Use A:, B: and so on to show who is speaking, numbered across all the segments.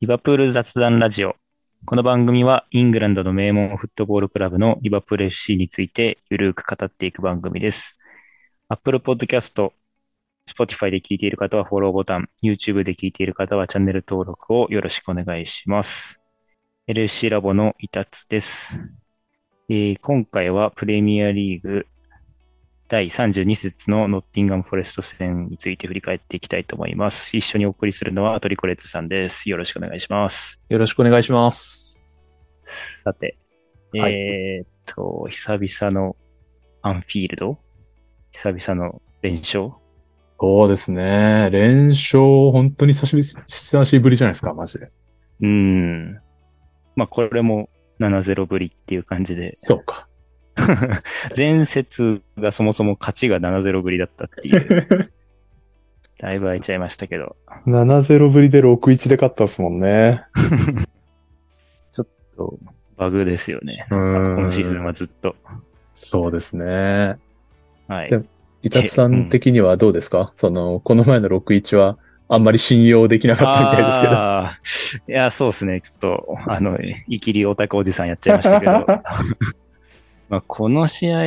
A: リバプール雑談ラジオ。この番組はイングランドの名門フットボールクラブのリバプール FC についてゆるく語っていく番組です。Apple Podcast、Spotify で聞いている方はフォローボタン、YouTube で聞いている方はチャンネル登録をよろしくお願いします。LFC ラボのイタツです、えー今回はプレミアリーグ第32節のノッティンガム・フォレスト戦について振り返っていきたいと思います。一緒にお送りするのはトリコレッツさんです。よろしくお願いします。
B: よろしくお願いします。
A: さて、
B: はい
A: えーっと、久々のアンフィールド久々の連勝
B: そうですね。連勝、本当に久しぶり、久しぶりじゃないですか、マジで。
A: うん。まあ、これも7-0ぶりっていう感じで、
B: そう か。
A: 前節がそもそも勝ちが7-0ぶりだったって いう、だいぶ空いちゃいましたけど、
C: 7-0ぶりで6-1で勝ったっすもんね。
A: そうバグですよね。
B: う
A: こ
B: ん
A: のシーズンはずっと。
B: そうですね。
A: はい
B: で。も伊達さん的にはどうですか、その、この前の6-1は、あんまり信用できなかったみたいですけど。
A: あーいや、そうですね。ちょっと、あの、いきりオタクおじさんやっちゃいましたけ ど、まあ、この試合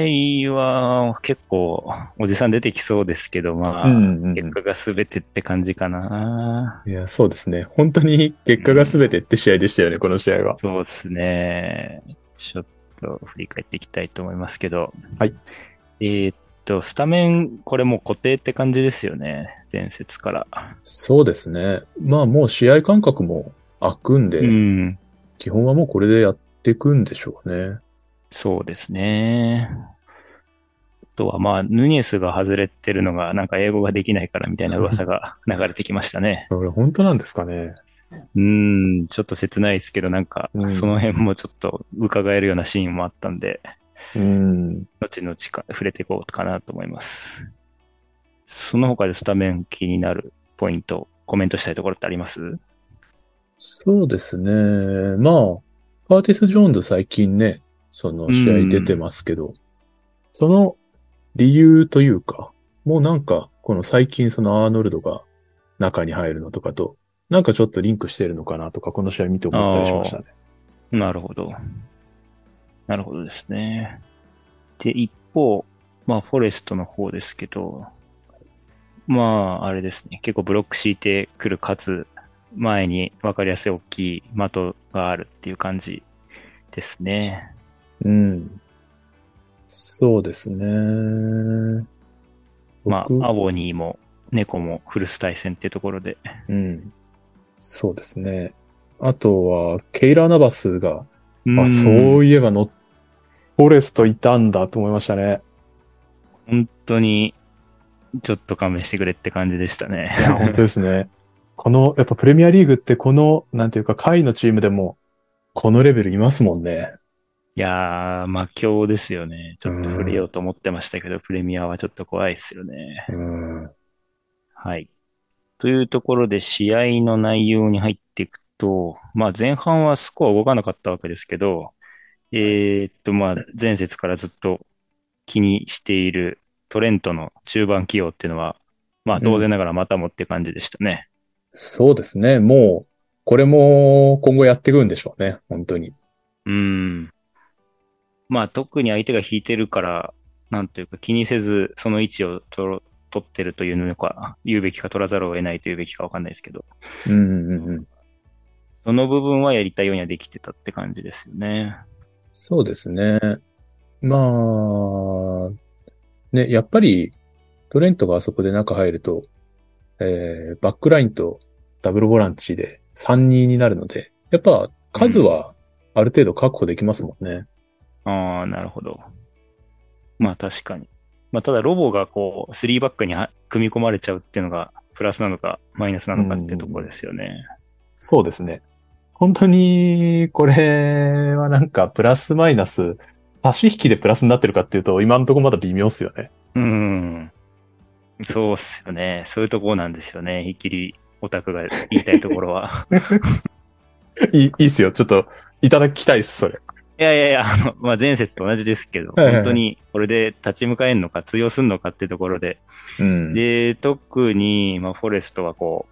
A: は結構おじさん出てきそうですけど、まあ、
B: うんうん
A: 結果が全てって感じかな。
B: いや、そうですね。本当に結果が全てって試合でしたよね、この試合は。
A: そうですね。ちょっと振り返っていきたいと思いますけど、
B: はい。
A: えーっと、スタメン、これもう固定って感じですよね。前節から。
B: そうですね。まあもう試合感覚も開くんで、
A: うん。
B: 基本はもうこれでやっていくんでしょうね。
A: そうですね。あとは、まあ、ヌニエスが外れてるのが、なんか英語ができないからみたいな噂が流れてきましたね。
B: これ本当なんですかね。
A: うーん、ちょっと切ないですけど、なんか
B: う、ん
A: その辺もちょっと伺えるようなシーンもあったんで、
B: うん。
A: 後々か触れていこうかなと思います。その他でスタメン気になるポイント、コメントしたいところってあります
B: そうですね。まあ、カーティス・ジョーンズ最近ね、その試合出てますけど、その理由というか、もうなんか、この最近そのアーノルドが中に入るのとかと、なんかちょっとリンクしてるのかなとか、この試合見て思ったりしましたね。
A: なるほど。なるほどですね。で、一方、まあ、フォレストの方ですけど、まあ、あれですね。結構ブロック敷いてくる、かつ、前に分かりやすい大きい的があるっていう感じですね。
B: うん。そうですね。
A: ま
B: 僕
A: あ、アボニーも猫も古巣対戦っていうところで。
B: うん。そうですね。あとは、ケイラ・ナバスが、あ、そ
A: うん
B: ういえば乗っ
C: フォレストいたんだと思いました ね。
A: 本当に、ちょっと勘弁してくれって感じでしたね
C: い。や、本当ですね。この、やっぱプレミアリーグってこの、なんていうか、下位のチームでも、このレベルいますもんね。
A: いやー、魔境ですよね。ちょっと触れようと思ってましたけど、プレミアはちょっと怖いですよね。
B: うん
A: はい。というところで、試合の内容に入っていくと、まあ前半はスコア動かなかったわけですけど、えーっと、まあ前節からずっと気にしているトレントの中盤起用っていうのは、まあ当然ながらまたもって感じでしたね。
B: そうですね。もう、これも今後やっていくんでしょうね。本当に。
A: うん。まあ特に相手が引いてるから、なんというか気にせずその位置を取ろ取ってるというのか、言うべきか取らざるを得ないというべきかわかんないですけど、
B: うんうんうん。
A: その部分はやりたいようにはできてたって感じですよね。
B: そうですね。まあ、ね、やっぱり、トレントがあそこで中入ると、えーバックラインとダブルボランチで3人になるので、やっぱ数はある程度確保できますもんね。
A: ああ、なるほど。まあ確かに。まあただロボがこう、3バックには組み込まれちゃうっていうのが、プラスなのか、マイナスなのかってところですよね。
C: そうですね。本当に、これはなんか、プラスマイナス、差し引きでプラスになってるかっていうと、今のところまだ微妙っすよね。
A: うん。そうっすよね。そういうところなんですよね。ひっきりオタクが言いたいところは。
C: いい、いいっすよ。ちょっと、いただきたいっす、それ。
A: いやいやいや、あの、まあ、前節と同じですけど、
B: はいはいはい
A: 本当にこれで立ち向かえるのか通用するのかってところで、
B: うん
A: で、特に、まあ、フォレストはこ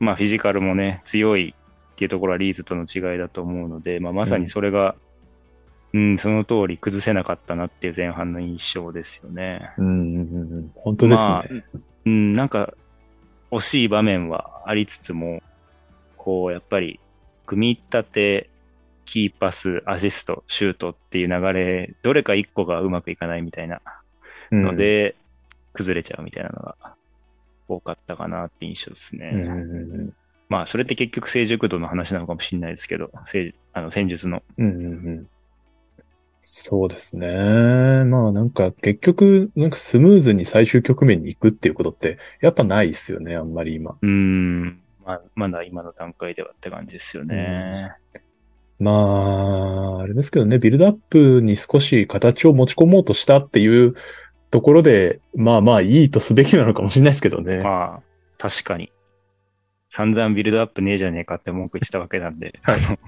A: う、まあ、フィジカルもね、強いっていうところはリーズとの違いだと思うので、まあ、まさにそれが、うん、その通り崩せなかったなっていう前半の印象ですよね。
B: うんうんうんうん。本当ですね。
A: まあうん、なんか惜しい場面はありつつも、こう、やっぱり、組み立て、キーパス、アシスト、シュートっていう流れ、どれか一個がうまくいかないみたいな
B: うん
A: ので、崩れちゃうみたいなのが多かったかなって印象ですね。
B: うんうんうん
A: まあ、それって結局成熟度の話なのかもしれないですけど、せいあの戦術の。
B: うんうんうん。そうですね。まあなんか結局、なんかスムーズに最終局面に行くっていうことってやっぱないっすよね、あんまり今。
A: うん、まあ、まだ今の段階ではって感じですよね。
B: まあ、あれですけどね、ビルドアップに少し形を持ち込もうとしたっていうところで、まあまあいいとすべきなのかもしれないですけどね。
A: まあ、確かに。散々ビルドアップねえじゃねえかって文句言ってたわけなんで、あの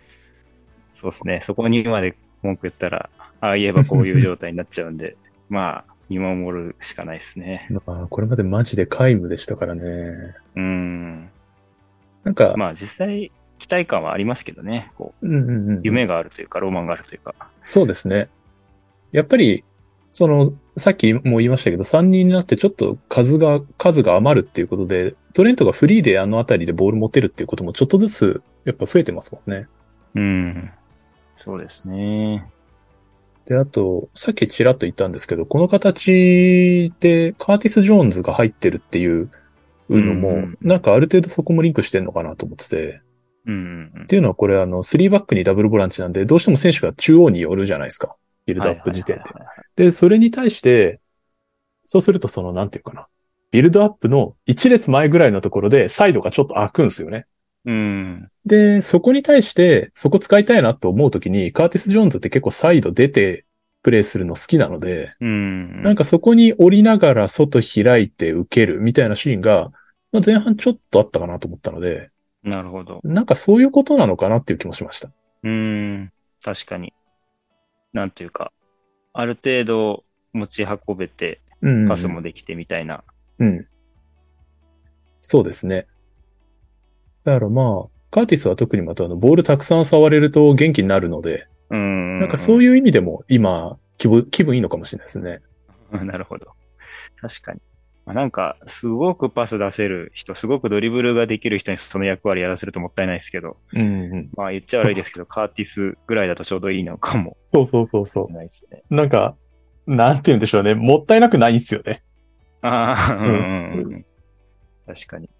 A: そうですね、そこにまで文句言ったら、ああ言えばこういう状態になっちゃうんで、 まあ、見守るしかないですね。
B: まあ、これまでマジで皆無でしたからね。
A: うん。
B: なんか、
A: まあ、実際、期待感はありますけどね、こう
B: うんうんうん。
A: 夢があるというか、ロマンがあるというか。
B: そうですね。やっぱり、その、さっきも言いましたけど、3人になってちょっと数が、数が余るっていうことで、トレントがフリーであのあたりでボール持てるっていうこともちょっとずつ、やっぱ増えてますもんね。
A: うん。そうですね。
B: で、あと、さっきちらっと言ったんですけど、この形でカーティス・ジョーンズが入ってるっていうのも、
A: うんうん
B: なんかある程度そこもリンクしてんのかなと思ってて、
A: うんうんうん
B: っ。ていうのはこれあの、3バックにダブルボランチなんで、どうしても選手が中央に寄るじゃないですか。ビルドアップ時点で
A: はい。はいはいはい
B: で、それに対して、
C: そうするとその、なんていうかな。ビルドアップの一列前ぐらいのところでサイドがちょっと開くんですよね。
A: うん。
B: で、そこに対して、そこ使いたいなと思うときに、カーティス・ジョーンズって結構サイド出てプレイするの好きなので、
A: うん。
B: なんかそこに降りながら外開いて受けるみたいなシーンが、まあ、前半ちょっとあったかなと思ったので、
A: なるほど。
B: なんかそういうことなのかなっていう気もしました。
A: うん。確かに。なんというか、ある程度持ち運べて、
B: うん。
A: パスもできてみたいな。
B: うん。そうですね。だからまあ、カーティスは特にまたあの、ボールたくさん触れると元気になるので、
A: うん。
B: なんかそう
A: い
B: いう意味でも今、気分、気分いいのかもしれないですね。
A: うん。 なるほど。確かに。まあなんか、すごくパス出せる人、すごくドリブルができる人にその役割やらせるともったいないですけど、
C: うんうん。
A: まあ言っちゃ悪いですけど、カーティスぐらいだとちょうどいいのかも
C: そうそうそうそ
A: しれないですね。
C: う。なんか、なんて言うんでしょうね。もったいなくないんですよね。
A: ああ、うんんうんうん。確かに。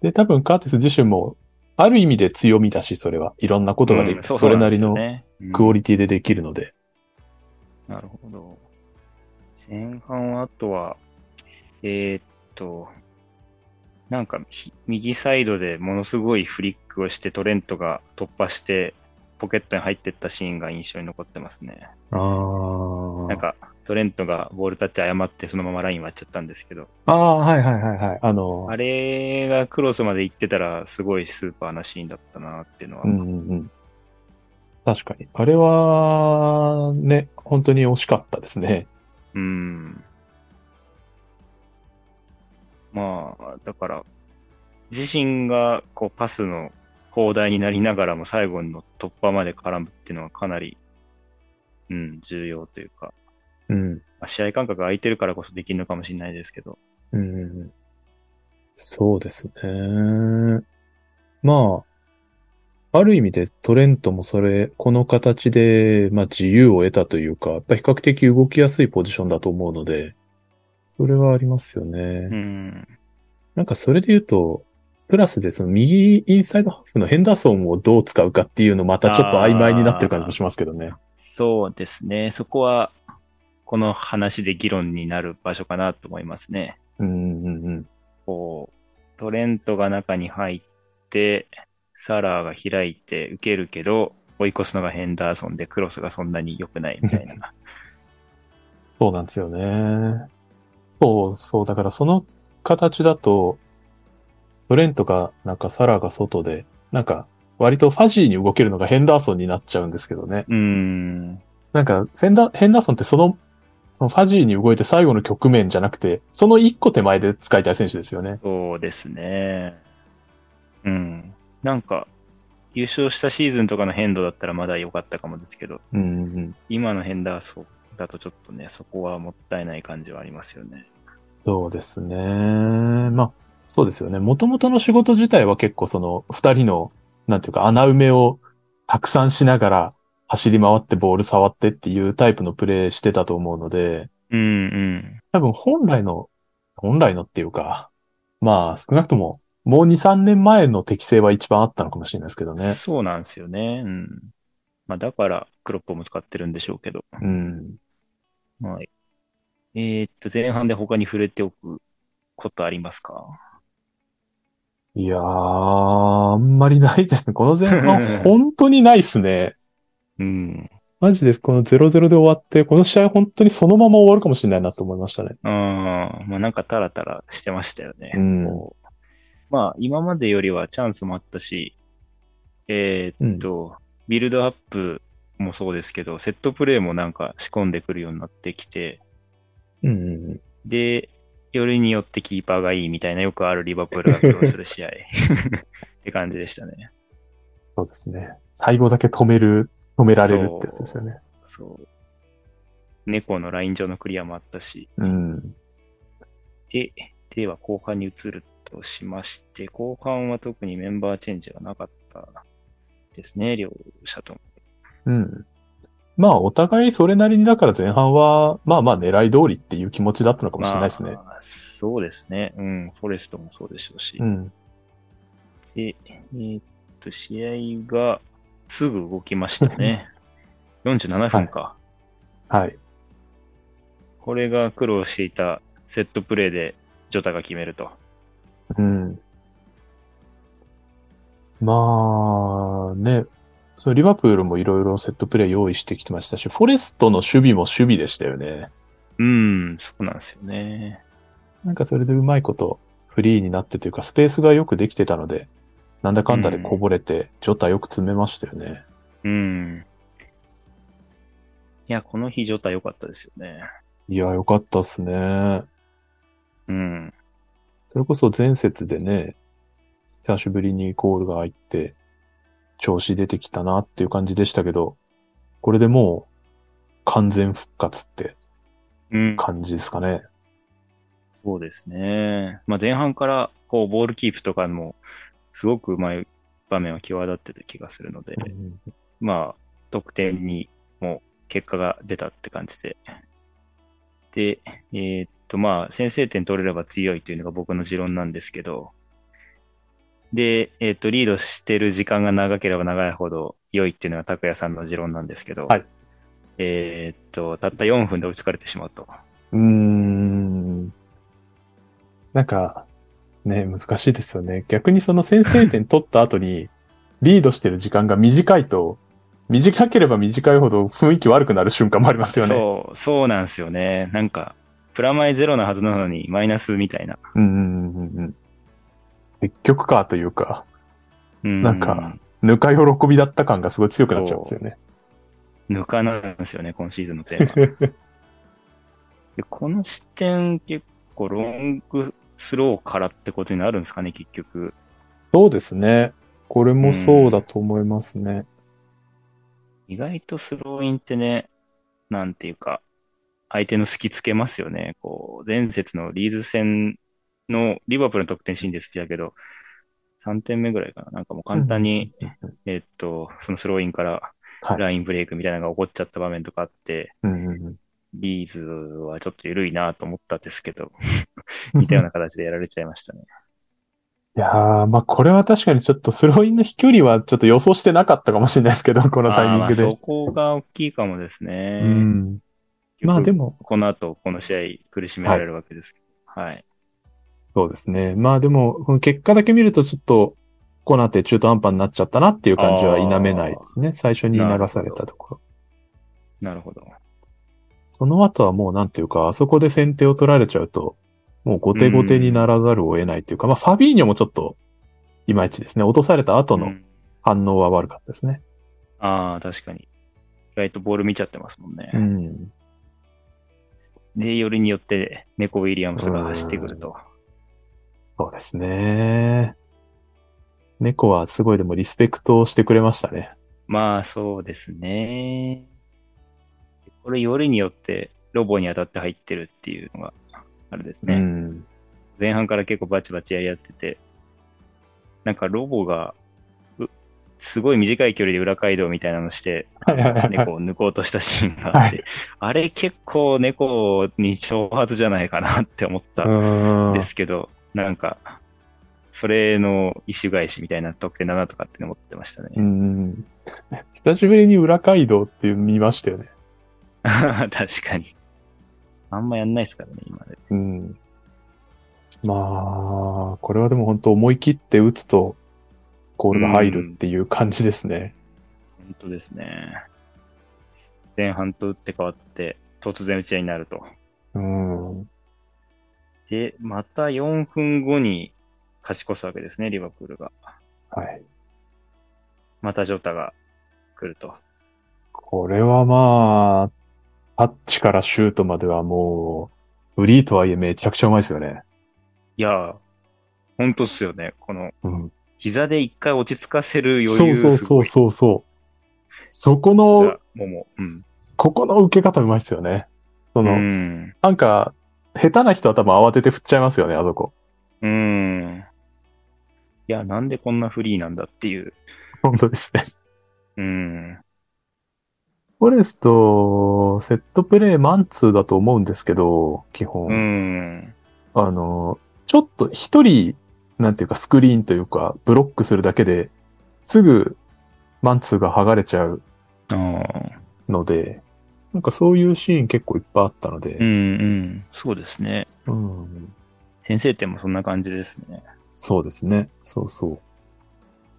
C: で、多分カーティス自身も、ある意味で強みだし、それは。いろんなことができ
A: う
C: る。
A: ん
C: そう
A: う
C: れ
A: ん
C: な
A: で
C: り
A: すよ
C: の
A: ねうん
C: クオリティでできるので。
A: なるほど。前半はあとは、えーっと、なんかひ右サイドでものすごいフリックをしてトレントが突破してポケットに入ってったシーンが印象に残ってますね。
B: あ
A: なんかトレントがボールタッチ誤ってそのままライン割っちゃったんですけど、
C: ああ、はいはいはいはい。あの、
A: あれがクロスまで行ってたらすごいスーパーなシーンだったなっていうのは。
C: うんうんうん。確かに。あれは、ね、本当に惜しかったですね。
A: うん。まあ、だから、自身がこうパスの砲台になりながらも最後の突破まで絡むっていうのはかなり、うん、重要というか、
B: うん。
A: まあ、試合間隔が空いてるからこそできるのかもしれないですけど。
B: うん。そうですね。まあ、ある意味でトレントもそれ、この形で、まあ自由を得たというか、やっぱ比較的動きやすいポジションだと思うので、それはありますよね。
A: うん。
B: なんかそれで言うと、プラスでその右インサイドハーフのヘンダーソンをどう使うかっていうのまたちょっと曖昧になってる感じもしますけどね。
A: そうですね。そこは、この話で議論になる場所かなと思いますね。
C: うんうんうん。
A: こう、トレントが中に入って、サラーが開いて受けるけど、追い越すのがヘンダーソンで、クロスがそんなに良くないみたいな。
C: そうなんですよね。そうそう。だからその形だと、トレンとか、なんかサラが外で、なんか、割とファジーに動けるのがヘンダーソンになっちゃうんですけどね。
A: うーん。
C: なんか、フェンダー、ヘンダーソンってその、そのファジーに動いて最後の局面じゃなくて、その一個手前で使いたい選手ですよね。
A: そうですね。うん。なんか、優勝したシーズンとかの変動だったらまだ良かったかもですけど、
B: うんうん。
A: 今の変動はそうだとちょっとね、そこはもったいない感じはありますよね。
B: そうですね。まあ、そうですよね。もともとの仕事自体は結構その、二人の、なんていうか、穴埋めをたくさんしながら、走り回ってボール触ってっていうタイプのプレーしてたと思うので、
A: うんうん。
B: 多分本来の、本来のっていうか、まあ少なくとももう2、3年前の適性は一番あったのかもしれないですけどね。
A: そうなんですよね。うん。まあだから、クロップも使ってるんでしょうけど。
B: うん。
A: はい。えーっと、前半で他に触れておくことありますか
B: いやー、あんまりないですね。この前半、本当にないですね。
A: うん。
B: マジでこの0-0で終わって、この試合本当にそのまま終わるかもしれないなと思いましたね。
A: ああ、まあなんかタラタラしてましたよね。
B: ん
A: こうまあ今までよりはチャンスもあったし、えーっと、ビルドアップもそうですけど、セットプレーもなんか仕込んでくるようになってきて、
B: うんうん。
A: で、よりによってキーパーがいいみたいなよくあるリバプールが共有する 試合って感じでしたね。
B: そうですね。最後だけ止める、止められるってやつですよね。
A: そう。猫のライン上のクリアもあったし、
B: うん。
A: で、では後半に移るとしまして、後半は特にメンバーチェンジはなかったですね、両者とも。
B: うん。まあ、お互いそれなりに、だから前半は、まあまあ狙い通りっていう気持ちだったのかもしれないですね。
A: まあそうですね。うん、フォレストもそうでしょうし。
B: うん。
A: で、えーっと、試合がすぐ動きました ね。47分か。
B: はい。
A: これが苦労していたセットプレーでジョタが決めると。
B: うん。まあ、ね。そのリバプールもいろいろセットプレー用意してきてましたし、フォレストの守備も守備でしたよね。
A: うん、そうなんですよね。
B: なんかそれでうまいことフリーになってというか、スペースがよくできてたので、なんだかんだでこぼれて、ジョタよく詰めましたよね。
A: うん。いや、この日、ジョタ良かったですよね。
B: いや、よかったっすね。
A: うん。
B: それこそ前節でね、久しぶりにゴールが入って、調子出てきたなっていう感じでしたけど、これでもう完全復活って
A: うん、
B: 感じですかね。
A: そうですね。まあ、前半から、こう、ボールキープとかも、すごくうまい場面は際立ってた気がするので、まあ、得点にも結果が出たって感じで。で、えーっと、まあ、先制点取れれば強いというのが僕の持論なんですけど、で、えーっと、リードしてる時間が長ければ長いほど良いっていうのが拓也さんの持論なんですけど、
B: はい
A: えーっと、たった4分で追いつかれてしまうと。
B: うーん。なんか、ね、難しいですよね。逆にその先制点取った後に、リードしてる時間が短いと、短ければ短いほど雰囲気悪くなる瞬間もありますよね。
A: そう、そうなんですよね。なんか、プラマイゼロなはずなのにマイナスみたいな。
B: うんうんうんうん。結局かというか、
A: うん
B: なんか、ぬか喜びだった感がすごい強くなっちゃうんですよね。
A: ぬかなんですよね、今シーズンのテーマ。 でこの視点結構ロングスローからってことになるんですかね、結局。
B: そうですね。これもそうだと思いますね。
A: 意外とスローインってね、なんていうか、相手の隙つけますよね。こう、前節のリーズ戦のリバプールの得点シーンで好きだけど、3点目ぐらいかな。なんかもう簡単に、えっと、そのスローインから
B: はい
A: ラインブレイクみたいなのが起こっちゃった場面とかあって、
B: うんうんうん。
A: リーズはちょっと緩いなと思ったんですけ ど、似たような形でやられちゃいましたね。
B: いやー、まあこれは確かにちょっとスローインの飛距離はちょっと予想してなかったかもしれないですけど、このタイミング
A: あーまあ
B: で
A: そ。こが大きいかもですね。
B: うん。まあで
A: も。
B: も、
A: この後、この試合苦しめられるわけですけど。はい。
B: そうですね。まあでも、この結果だけ見るとちょっと、コナテ中途半端になっちゃったなっていう感じは否めないですね。最初に流されたところ。
A: なるほど。
B: その後はもうなんていうか、あそこで先手を取られちゃうと、もう後手後手にならざるを得ないっていうか、まあファビーニョもちょっと、いまいちですね。落とされた後
A: う
B: の
A: ん
B: 反応は悪かったですね。
A: ああ、確かに。意外とボール見ちゃってますもんね。
B: うん。
A: で、よりによって、猫ウィリアムスが走ってくると。
B: そうですね。猫はすごいでもリスペクトをしてくれましたね。
A: まあ、そうですね。これ、よりによってロボに当たって入ってるっていうのが、あれですね。
B: うん。
A: 前半から結構バチバチやり合ってて、なんかロボが、うすごい短い距離で裏街道みたいなの して、
B: はいはいはいはい。
A: 猫を抜こうとしたシーンがあって、あれ結構猫に挑発じゃないかなって思ったん
B: うん
A: ですけど、なんか、それの意種返しみたいな得点だなとかって思ってましたね。
B: うん。久しぶりに裏街道っていうの見ましたよね。
A: 確かに。あんまやんないですからね、今で。
B: うん。まあ、これはでも本当思い切って打つと、ゴールが入るっていう感じですね。
A: 本当ですね。前半と打って変わって、突然打ち合いになると。
B: うん。
A: で、また4分後に勝ち越すわけですね、リバプールが。
B: はい。
A: またジョタが来ると。
B: これはまあ、タッチからシュートまではもう、フリーとはいえめちゃくちゃうまいですよね。
A: いやー、ほんとっすよね。この、
B: うん。
A: 膝で一回落ち着かせる余裕
B: そうそうそう
A: う
B: そうそう。そこの、
A: ももう、うん。
B: ここの受け方うまいですよね。そうの、
A: ん。
B: なんか、下手な人は多分慌てて振っちゃいますよね、あそこ。
A: うん。いや、なんでこんなフリーなんだっていう。
B: 本当ですね。
A: うん。
B: フォレスト、セットプレーマンツーだと思うんですけど、基本。
A: うん。
B: あの、ちょっと一人、なんていうかスクリーンというか、ブロックするだけで、すぐマンツーが剥がれちゃう
A: あー
B: ので、なんかそういうシーン結構いっぱいあったの
A: う
B: で、
A: んうん。そうですね。
B: うん、
A: 先制点もそんな感じですね。
B: そうですね。そうそう。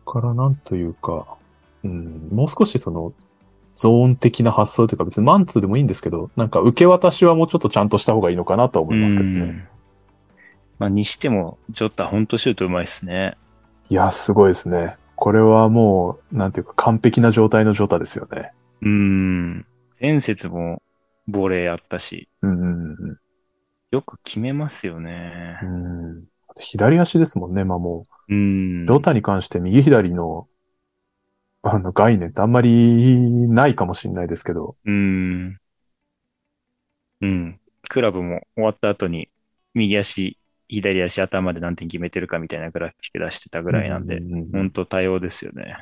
B: からなんというか、うん、もう少しその、ゾーン的な発想というか別にマンツーでもいいんですけど、なんか受け渡しはもうちょっとちゃんとした方がいいのかなとは思いますけど
A: う
B: ね。
A: んまあ、にしても、ジョタ、ほんとシュートうまいっすね。
B: いや、すごいですね。これはもう、なんていうか完璧な状態の状態ですよね。
A: うーん。前節もボレーあったし、
B: うんうんうん。
A: よく決めますよね
B: う。ん。左足ですもんね、まあも
A: うーん。
B: う。ロタに関して右左の、あの概念ってあんまりないかもしれないですけど。
A: うーん。うん。クラブも終わった後に、右足、左足、頭で何点決めてるかみたいなグラフィック出してたぐらいなんで、
B: うう
A: ほ
B: うん
A: んと多様ですよね。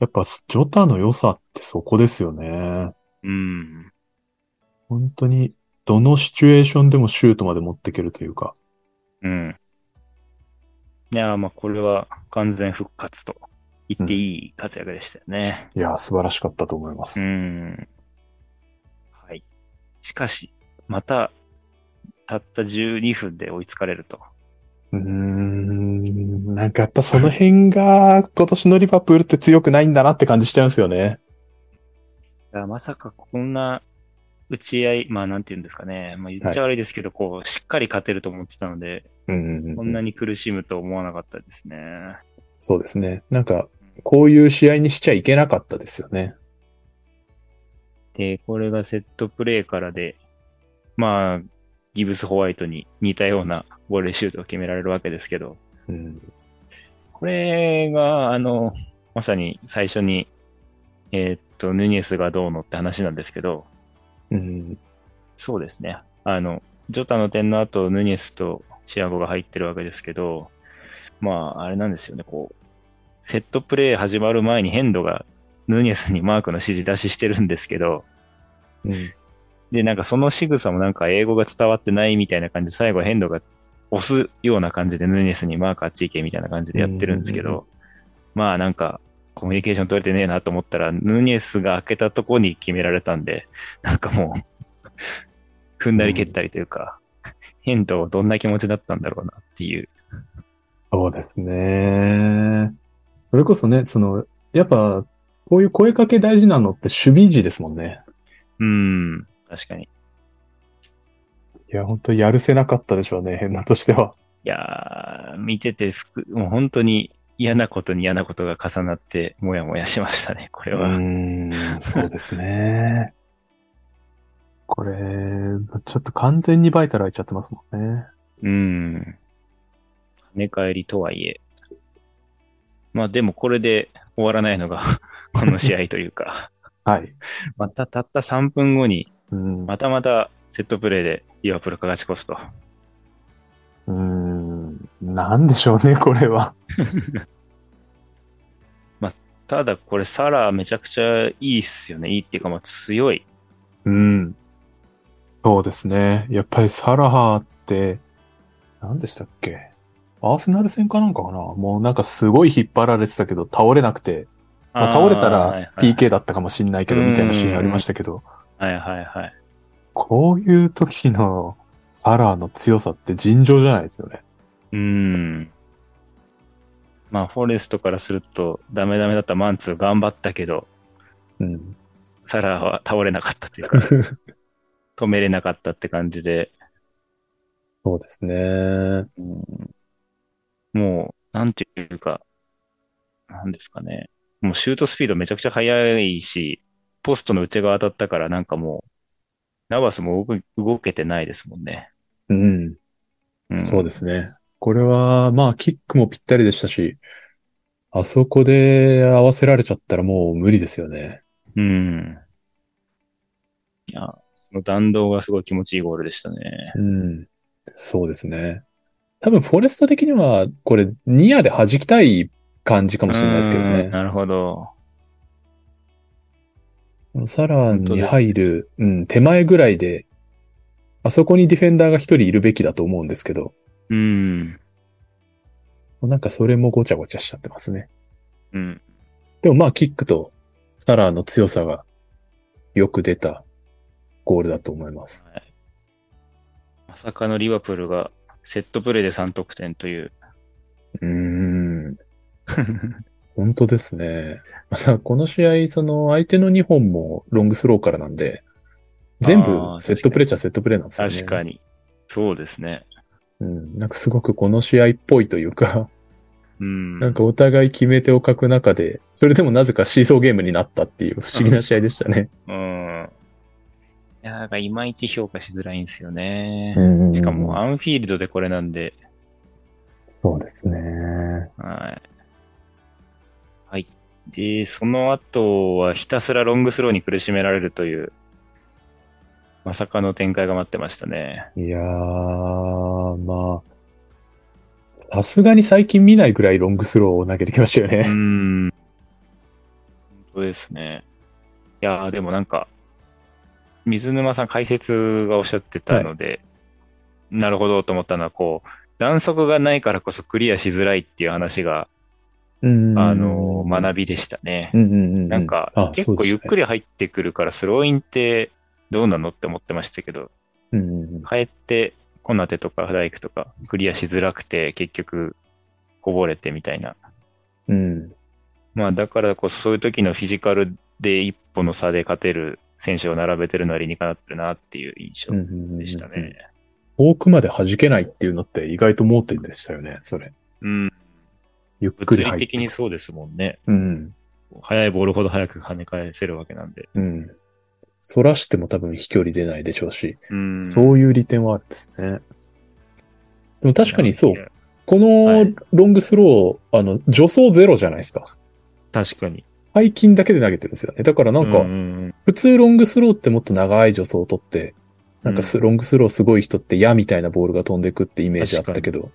B: やっぱ、ジョタの良さってそこですよね。
A: うん。
B: 本当に、どのシチュエーションでもシュートまで持っていけるというか。
A: うん。いやー、まあ、これは完全復活と言っていい活躍でしたよね。
B: いや、素晴らしかったと思いま
A: う
B: す。
A: ん。はい。しかし、また、たった12分で追いつかれると。
B: うーん。なんかやっぱその辺が、今年のリバプールって強くないんだなって感じしちゃいますよね。
A: いやまさかこんな打ち合い、まあなんて言うんですかね。まあ言っちゃ悪いですけど、こう、しっかり勝てると思ってたので、
B: うん
A: こんなに苦しむと思わなかったですね。
B: そうですね。なんか、こういう試合にしちゃいけなかったですよね。
A: で、これがセットプレーからで、まあ、ギブス・ホワイトに似たようなボレーシュートを決められるわけですけど、
B: うん。
A: これが、あの、まさに最初に、えーっと、ヌニエスがどうのって話なんですけど、
B: うん。
A: そうですね。あの、ジョタの点の後、ヌニエスとシアゴが入ってるわけですけど、まあ、あれなんですよね、こう、セットプレー始まる前にヘンドがヌニエスにマークの指示出ししてるんですけど、
B: うん
A: で、なんかその仕草もなんか英語が伝わってないみたいな感じで、最後ヘンドが押すような感じでヌニエスにマークあっち行けみたいな感じでやってるんですけ
B: うんうん
A: ど、まあなんかコミュニケーション取れてねえなと思ったら、ヌニエスが開けたとこに決められたんで、なんかもう、 踏んだり蹴ったりというか、ヘンドどんな気持ちだったんだろうなっていう。
B: そうですね。それこそね、その、やっぱ、こういう声かけ大事なのって守備時ですもんね。
A: うん、確かに。い
B: いや、本当やるせなかったでしょうね、変なとしては。
A: やー、見ててふく、もう本当に嫌なことに嫌なことが重なって、もやもやしましたね、これは。
B: ん、そうです ね。これ、ちょっと完全にバイタル開いちゃってますもんね。
A: うん。跳ね返りとはいえ、まあでもこれで終わらないのが この試合というか、
C: はい。
A: またたった3分後に、
C: うん。
A: またまたセットプレーでリバプールが勝ち越すと。
C: うーん。なんでしょうね、これは。
A: ただこれサラめちゃくちゃいいっすよね。いいっていうかまあ強い。
C: うん。そうですね。やっぱりサラハって、何でしたっけアーセナル戦かなんかかなもうなんかすごい引っ張られてたけど、倒れなくて、まあ
A: あー
C: 倒れた
A: はい
C: ら
A: はい
C: PK だったかもしんないけど、みたいなシーンありましたけど、
A: はいはいはい。
C: こういう時のサラーの強さって尋常じゃないですよね。
A: うん。まあフォレストからするとダメダメだったマンツー頑張ったけど、
C: うん。
A: サラは倒れなかったとい うか、止めれなかったって感じで、
B: そうですね。
A: もう、なんていうか、なんですかね。もうシュートスピードめちゃくちゃ速いし、ポストの内側当たったからなんかもう、ナバスも動く動けてないですもんね。
B: うん。
A: うん
B: そうですね。これは、まあ、キックもぴったりでしたし、あそこで合わせられちゃったらもう無理ですよね。
A: うん。いや、その弾道がすごい気持ちいいゴールでしたね。
B: うん。そうですね。多分、フォレスト的には、これ、ニアで弾きたい感じかもしれないですけど
A: うん
B: ね。
A: なるほど。
B: サランに入る、うん、手前ぐらいで、あそこにディフェンダーが一人いるべきだと思うんですけど、
A: うん。
B: なんかそれもごちゃごちゃしちゃってますね。
A: うん。
B: でもまあ、キックとサラーの強さがよく出たゴールだと思います。
A: まさかのリバプールがセットプレーで3得点という。
B: うーん。本当ですね。またこの試合、その相手の2本もロングスローからなんで、全
A: あ
B: 部
A: ー
B: セットプレーっちゃセットプレーなんですよね。
A: 確かに。そうですね。
B: うん。なんかすごくこの試合っぽいというか、
A: うん。
B: なんかお互い決め手を書く中で、それでもなぜかシーソーゲームになったっていう不思議な試合でしたね。
A: うん。いや、なんかいまいち評価しづらいんですよね。
B: うん
A: しかも、アンフィールドでこれなんで、
B: そうですね。
A: はい。はい。で、その後はひたすらロングスローに苦しめられるという、まさかの展開が待ってましたね。
B: いやー、まあ、さすがに最近見ないぐらいロングスローを投げてきました
A: う
B: よ
A: ー
B: ね。
A: ん。本当ですね。いやーでもなんか、水沼さん解説がおっしゃってたので、なるほどと思ったのは、こう、弾速がないからこそクリアしづらいっていう話が、
B: うん
A: あのー、学びでしたね。
B: うんうんうん。
A: なんか、
B: あ
A: 結構ゆっく
B: り。
A: り入ってくるから、スローインってどうなのって思ってましたけど、
B: うんうんうん
A: かえって、コナテとか大工とか、クリアしづらくて、結局、こぼれてみたいな
B: うん。
A: まあだからこそそういう時のフィジカルで一歩の差で勝てる選手を並べてるのは理にかなってるなっていう印象
B: うんうんうんうん
A: でしたね。。
B: 遠くまで弾けないっていうのって意外と盲点でしたよね、それ。
A: うん。
B: ゆっく
A: 物
B: り
A: 理
B: 入って。
A: 的にそうですもんね。
B: うん。
A: 速いボールほど早く跳ね返せるわけなんで。
B: うん。反らしても多分飛距離出ないでしょうし、
A: うん
B: そういう利点はあるんですね。でも確かにそう。こ
A: は
B: の
A: い
B: ロングスロー、あの、助走ゼロじゃないですか。
A: 確かに。
B: 背筋だけで投げてるんですよね。だからなんか、
A: ううん
B: 普通ロングスローってもっと長い助走を取って、なんかスロングスローすごい人って矢みたいなボールが飛んでくってイメージあったけど、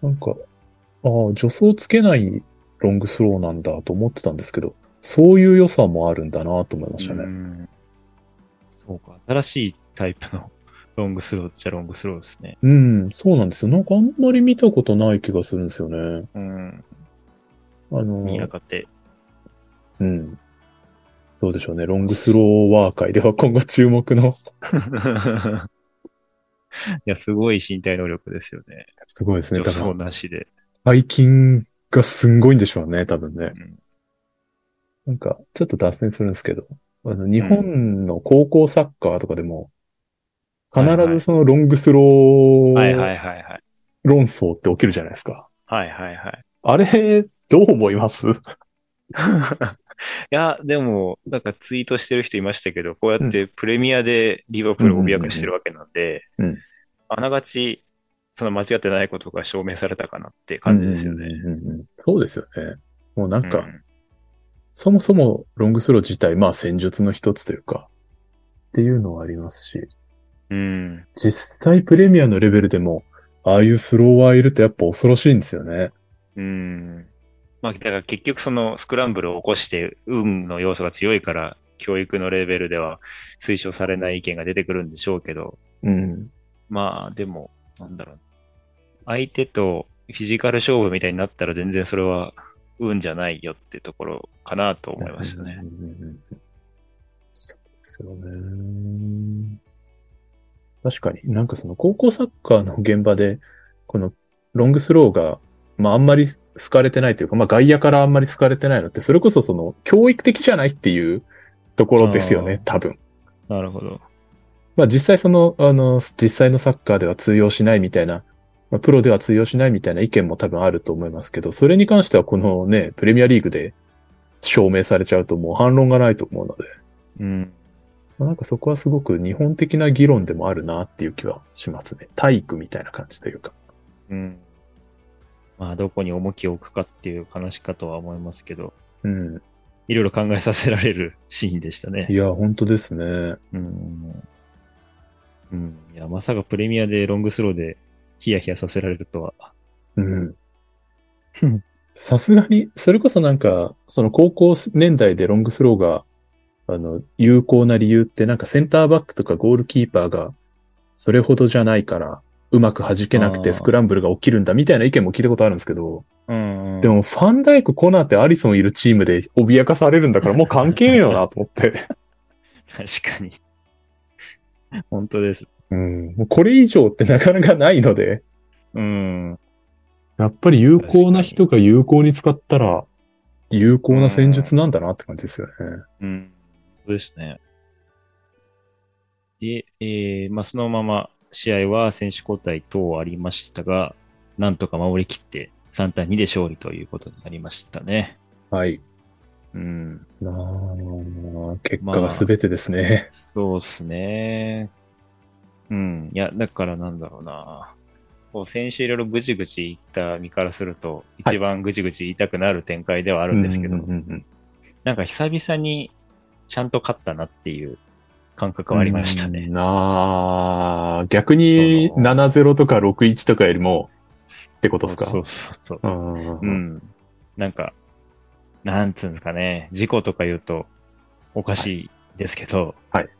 B: なんか、ああ、助走つけないロングスローなんだと思ってたんですけど、そういう良さもあるんだなと思いました
A: う
B: ね。
A: んそうか。新しいタイプのロングスローっちゃロングスローですね。
B: うん、そうなんですよ。なんかあんまり見たことない気がするんですよね。
A: うん。
B: あ
A: 見な
B: の、
A: かって。
B: うん。どうでしょうね。ロングスローワー界では今後注目の、
A: いや、すごい身体能力ですよね。
B: すごいですね。
A: 助
B: だから
A: 走なしで。
B: 背筋がすんごいんでしょうね、多分ね
A: うん。
B: なんか、ちょっと脱線するんですけど、あの、日本の高校サッカーとかでも、必
A: はいは
B: ず
A: い
B: そのロングスロ
A: はいはい
B: ー
A: はいはい。
B: 論争って起きるじゃないですか。
A: はいはい はい。
B: あれ、どう思います
A: いや、でも、なんかツイートしてる人いましたけど、こうやってプレミアでリバプールを脅かしてるわけなんで
B: うんうんうんうんうん、
A: あながちその間違ってないことが証明されたかなって感じですよね。
B: うんうんうんそうですよね。もうなんか、
A: うん
B: そもそもロングスロー自体、まあ戦術の一つというか、っていうのはありますし、
A: うん。
B: 実際プレミアのレベルでも、ああいうスローワーいるとやっぱ恐ろしいんですよね。
A: うん。まあ、だから結局そのスクランブルを起こして、運の要素が強いから、教育のレベルでは推奨されない意見が出てくるんでしょうけど、
C: うん。
A: まあ、でも、なんだろう。相手とフィジカル勝負みたいになったら全然それは運じゃないよってところかなと思いましたね。
B: うんうんうんうん。そうですよね。確かになんかその高校サッカーの現場で、このロングスローが、まああんまり好かれてないというか、まあ外野からあんまり好かれてないのって、それこそその教育的じゃないっていうところですよ
A: あー
B: ね、多分。
A: なるほど。
B: まあ実際その、あの、実際のサッカーでは通用しないみたいな、まあ、プロでは通用しないみたいな意見も多分あると思いますけど、それに関してはこのね、プレミアリーグで証明されちゃうともう反論がないと思うので、
A: うん。
B: まあ、なんかそこはすごく日本的な議論でもあるなっていう気はしますね。体育みたいな感じというか。
A: うん。まあ、どこに重きを置くかっていう話かとは思いますけど、
B: うん。
A: いろいろ考えさせられるシーンでしたね
B: い。や、本当ですね。
A: うん。うん。いや、まさかプレミアでロングスローでヒヤヒヤさせられるとは。
B: うん。さすがに、それこそなんか、その高校年代でロングスローが、あの、有効な理由ってなんかセンターバックとかゴールキーパーが、それほどじゃないから、うまく弾けなく
A: あ
B: て
A: ー
B: スクランブルが起きるんだみたいな意見も聞いたことあるんですけど、
A: うん
B: でもファンダイク、コナーってアリソンいるチームで脅かされるんだからもう関係ねえよなと思 って。
A: 確かに。本当です。
B: うん。もうこれ以上ってなかなかないので。
A: うん。
C: やっぱり有効な人が有効に使ったら、
B: 有効な戦術なんだなって感じですよね。
A: うん。そうですね。で、えーまあ、そのまま試合は選手交代等ありましたが、なんとか守りきって3対2で勝利ということになりましたね。
B: はい。
A: うん。
B: なあ、結果が全てですね。
A: そうっすね。うん。いや、だからなんだろうな。こう先週いろいろぐちぐち言った身からすると、
B: はい
A: 一番ぐちぐち言いたくなる展開ではあ
B: あ
A: るんですけど、
B: うんうんうん
A: なんか久々にちゃんと勝ったなっていう感覚はありましたね。
B: うんなあ、逆に
A: その
B: 7-0とか6-1とかよりも、ってことですか
A: そうそうそう。
B: うん
A: う。ん。なんか、なんつうんですかね、事故とか言うとおかしいですけど、
B: はいはい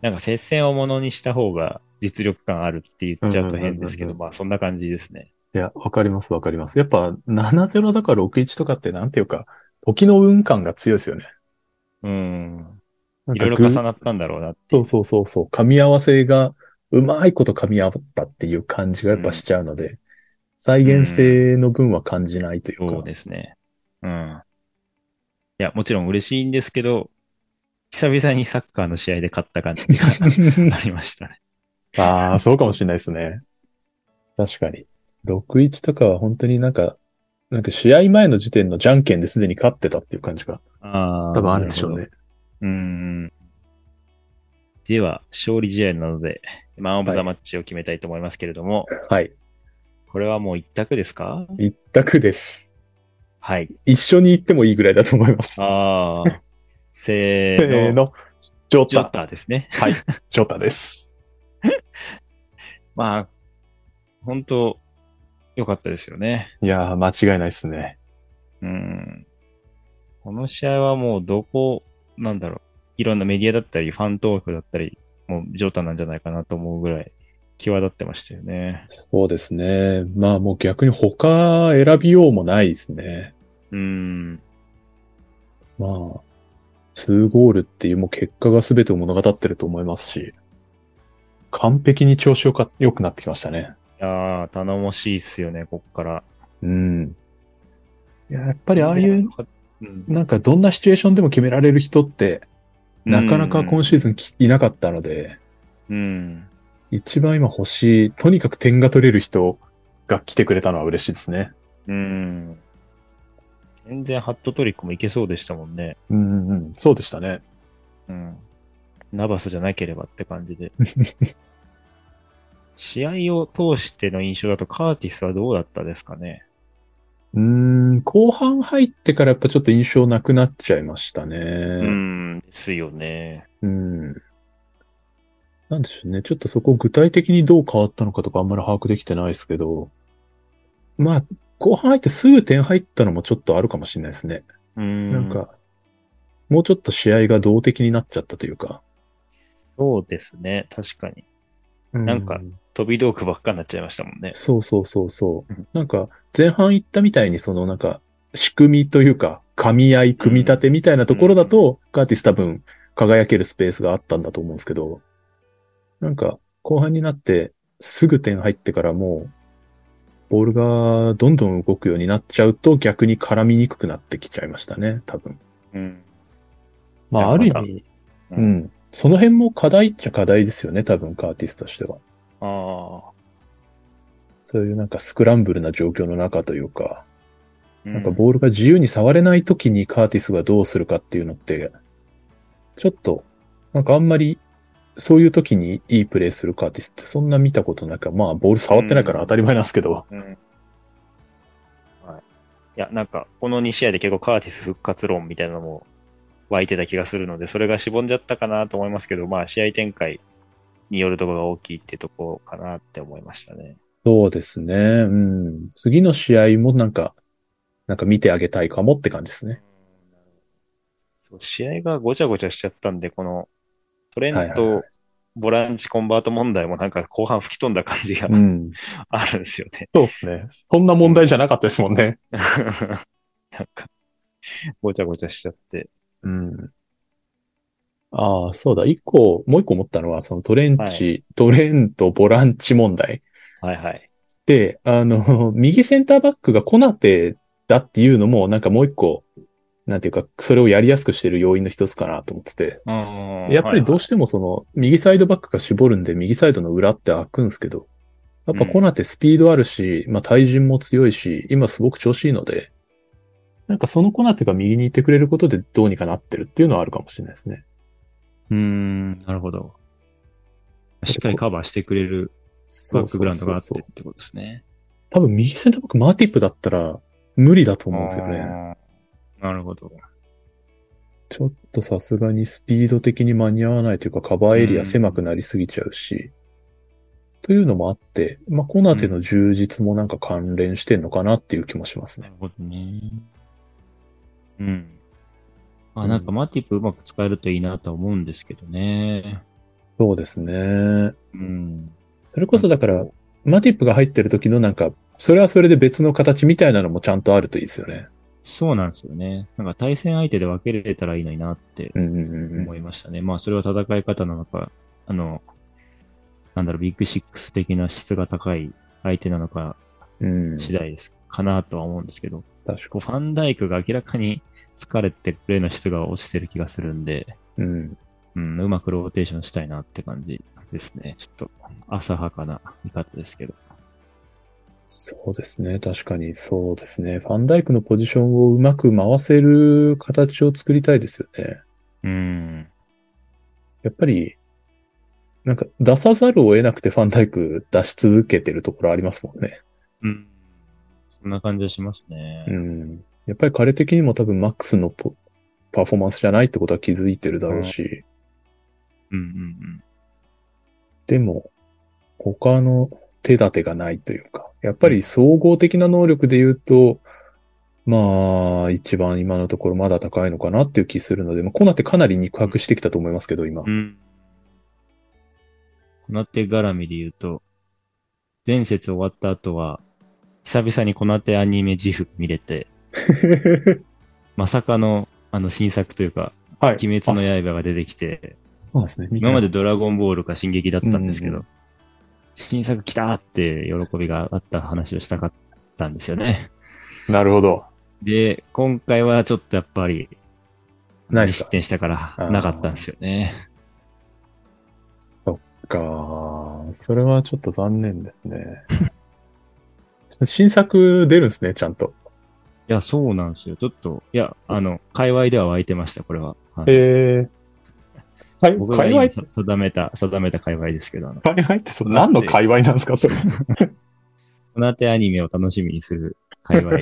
A: なんか接戦をものにした方が実力感あるって言っちゃうと変ですけ
B: うんうん
A: ど、
B: うんうんうん
A: まあそんな感じですね。
B: いや、わかりますわかります。やっぱ7-0とか6-1とかってなんていうか、時の運感が強いですよね。
A: うん。
B: なん
A: い
B: か
A: ろいろ
B: ぐ
A: 重なったんだろうなってい。
B: そううそうそうそう。噛み合わせが、うまいこと噛み合ったっていう感じがやっぱしちゃうので、再現性の分は感じないというか。
A: そうですね。うん。いや、もちろん嬉しいんですけど、久々にサッカーの試合で勝った感じが なりましたね。
C: ああ、そうかもしれないですね。
B: 確かに。6-1とかは本当になんか、なんか試合前の時点のじゃんけんですでに勝ってたっていう感じが
A: あ
B: 多分あるんでしょうね。。
A: うん。では、勝利試合なので、マン・オブ・ザ・マッチを決めたいと思いますけれども、
B: はい。
A: これはもう一択ですか
B: 一択です。
A: はい。
B: 一緒に行ってもいいぐらいだと思います。
A: あ あ。せ
B: せ
A: ー
B: ー
A: の。
B: の。ジョ
A: ジョッ
B: タ。
A: ターですね。
B: はい。ジョタです。
A: まあ、本当良かったですよね。
C: いやー、間違いないですね。
A: うん。この試合はもうどこ、なんだろう。いろんなメディアだったり、ファントークだったり、もうジョータなんじゃないかなと思うぐらい、際立ってましたよね。
B: そうですね。まあもう逆に他選びようもないですね。
A: うん。
B: まあ、2ゴールっていうもう結果が全てを物語ってると思いますし、完璧に調子よか良くなってきましたね。
A: いやー、頼もしいっすよね、こっから。
B: うん。いややっ
A: やっ
B: ぱりああいう、、なんかどんなシチュエーションでも決められる人って、なかなか今シーズンきいなかったので、
A: うん。
B: 一番今欲しい、とにかく点が取れる人が来てくれたのは嬉しいですね。
A: うん。全然ハットトリックもいけそうでしたもんね。
B: うんうん、そうでしたね。
A: うん。ナバスじゃなければって感じで。 試合を通しての印象だとカーティスはどうだったですかね。
B: うーん、後半入ってからやっぱちょっと印象なくなっちゃいましたね。
A: うん、ですよね。
B: うん。なんでしょうね。ちょっとそこ具体的にどう変わったのかとかあんまり把握できてないですけど。まあ、後半入ってすぐ点入ったのもちょっとあるかもしれないですね。
A: うん。
B: なんか、もうちょっと試合が動的になっちゃったというか。
A: そうですね。確かに。なんか
B: う
A: 飛び道具ばっかになっちゃいましたもんね。
B: そうそうそうそう
A: うん。
B: なんか、前半言ったみたいに、そのなんか、仕組みというか、噛み合い、組み立てみたいなところだと、カーティス多分、輝けるスペースがあったんだと思うんですけど、なんか、後半になって、すぐ点入ってからもう、ボールがどんどん動くようになっちゃうと、逆に絡みにくくなってきちゃいましたね、多分。
A: うん。
C: まあ、ある意味、
A: う
B: うんん。その辺も課題っちゃ課題ですよね、多分、カーティスとしては。
A: ああ。
B: そういうなんかスクランブルな状況の中というか、
A: な
B: なんかボールが自由に触れない時にカーティスがどうするかっていうのって、ちょっと、なんかあんまり、そういう時にいいプレーするカーティスってそんな見たことないから、まあボール触ってないから当たり前なんですけど、
A: うんはい、いや、なんか、この2試合で結構カーティス復活論みたいなのも湧いてた気がするので、それがしぼんじゃったかなと思いますけど、まあ、試合展開によるところが大きいってとこかなって思いましたね。
B: そうですね。うん。次の試合もなんか、なんか見てあげたいかもって感じですね。
A: そう試合がごちゃごちゃしちゃったんで、このトレン
B: はいはいは
A: トボランチコンバート問題もなんか後半吹き飛んだ感じが
B: うん。
A: あるんですよね。
C: そうですね。そんな問題じゃなかったですもんね。
A: なんか、ごちゃごちゃしちゃって。
B: うん。ああ、そうだ。一個、もう一個思ったのは、そのトレンチ、
A: は
B: トレントボランチ問題。
A: はいはい。
B: で、あの、 右センターバックがコナテだっていうのも、なんかもう一個、なんていうか、それをやりやすくしてる要因の一つかなと思ってて。やっぱりどうしてもその、右サイドバックが絞るんで、右サイドの裏って開くんですけど、やっぱコナテスピードあるし、まあ対人も強いし、今すごく調子いいので、なんかそのコナテが右に行ってくれることでどうにかなってるっていうのはあるかもしれないですね。
A: うーん、なるほど。しっかりカバーしてくれる
B: そ
A: バ
B: う
A: ッ
B: そ
A: ク
B: う
A: グラウンドがあって
B: そうそう
A: ってことですね。
B: 多分右センターバックマーティップだったら無理だと思うんですよね。
A: あーなるほど。
B: ちょっとさすがにスピード的に間に合わないというか、カバーエリ
A: う
B: ア
A: ん
B: 狭くなりすぎちゃうし、というのもあって、まあ、コナテの充実もなんか関連してんのかなっていう気もします
A: な
B: ね。
A: るほどね。うん。まあなんかマティップうまく使えるといいなとは思うんですけどね。
B: そうですね。
A: うん。
B: それこそだから、マティップが入ってる時のなんか、それはそれで別の形みたいなのもちゃんとあるといいですよね。
A: そうなんですよね。なんか対戦相手で分けれたらいいのになって
B: うんうんうん
A: 思いましたね。まあそれは戦い方なのか、あの、なんだろう、ビッグシックス的な質が高い相手なのか
B: うん。うん。
A: 次第ですかなとは思うんですけど。
B: 確
A: こ
B: か
A: うファンダイクが明らかに疲れてプレーの質が落ちてる気がするんで、
B: に。うん。
A: うん、うまくローテーションしたいなって感じですね。ちょっと浅はかな見方ですけど。
B: そうですね。確かにそうですね。ファンダイクのポジションをうまく回せる形を作りたいですよね。
A: うん。
B: やっぱり、なんか出さざるを得なくてファンダイク出し続けてるところありますもんね。
A: うん。そんな感じはしますね。
B: うん。やっぱり彼的にも多分マックスのポパフォーマンスじゃないってことは気づいてるだろうし、
A: うんうん
B: でも他の手立てがないというか、やっぱり総合的な能力で言うと、まあ、一番今のところまだ高いのかなっていう気するので、まあ、こうなってかなり肉薄してきたと思いますけど、今
A: うん。う。ん。こなて絡みで言うと、前節終わった後は、久々にこなてアニメ自負見れて、まさかの、あの、新作というか、
C: はい。
A: 鬼滅の刃が出てきて、
B: そうですね。
A: 今までドラゴンボールか進撃だったんですけど、
B: うんう
A: 新作来たって喜びがあった話をしたかったんですよね。
C: あなるほど。
A: で、今回はちょっとやっぱり、
B: ないっすか
A: 失点したから
B: あー
A: なかったんですよね。
B: か。それはちょっと残念ですね。 新作出るんですね、ちゃんと。
A: いや、そうなんですよ。ちょっと、いや、あの、界隈では湧いてました、これは。あの
C: えー、
B: 界
A: 僕が
B: 界
A: 今
B: 隈、
A: さ定めた、定めた界隈ですけど、あの
B: 界隈ってその何の界隈なんですかそれ。
A: この手アニメを楽しみにする界 隈。